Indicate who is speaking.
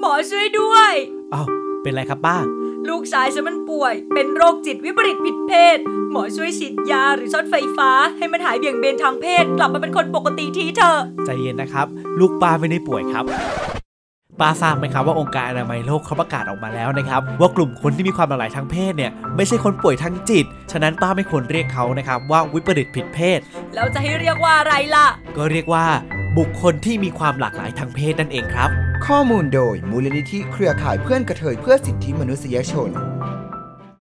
Speaker 1: หมอช่วยด้วย
Speaker 2: อ้าวเป็นไรครับป้า
Speaker 1: ลูกชายฉันมันป่วย เป็นโรคจิตวิปริตผิดเพศ หมอช่วยฉีดยาหรือช็อตไฟฟ้า ให้มันหายเบี่ยงเบนทางเพศ กลับมาเป็นคนปกติทีเถอะ
Speaker 2: ใจเย็นนะครับ ลูกป้าไม่ได้ป่วยครับ ป้าทราบไหมครับว่าองค์การอนามัยโลกเขาประกาศออกมาแล้วนะครับ ว่ากลุ่มคนที่มีความหลากหลายทางเพศเนี่ยไม่ใช่คนป่วยทางจิต ฉะนั้นป้าไม่ควรเรียกเขานะครับว่าวิปริตผิดเพศ
Speaker 1: แล้วจะให้เรียกว่าอะไรล่ะ
Speaker 2: ก็เรียกว่า บุคคลที่มีความหลากหลายทางเพศนั่นเองครับ
Speaker 3: ข้อมูลโดยมูลนิธิเครือข่ายเพื่อนกระเทยเพื่อสิทธิมนุษยชน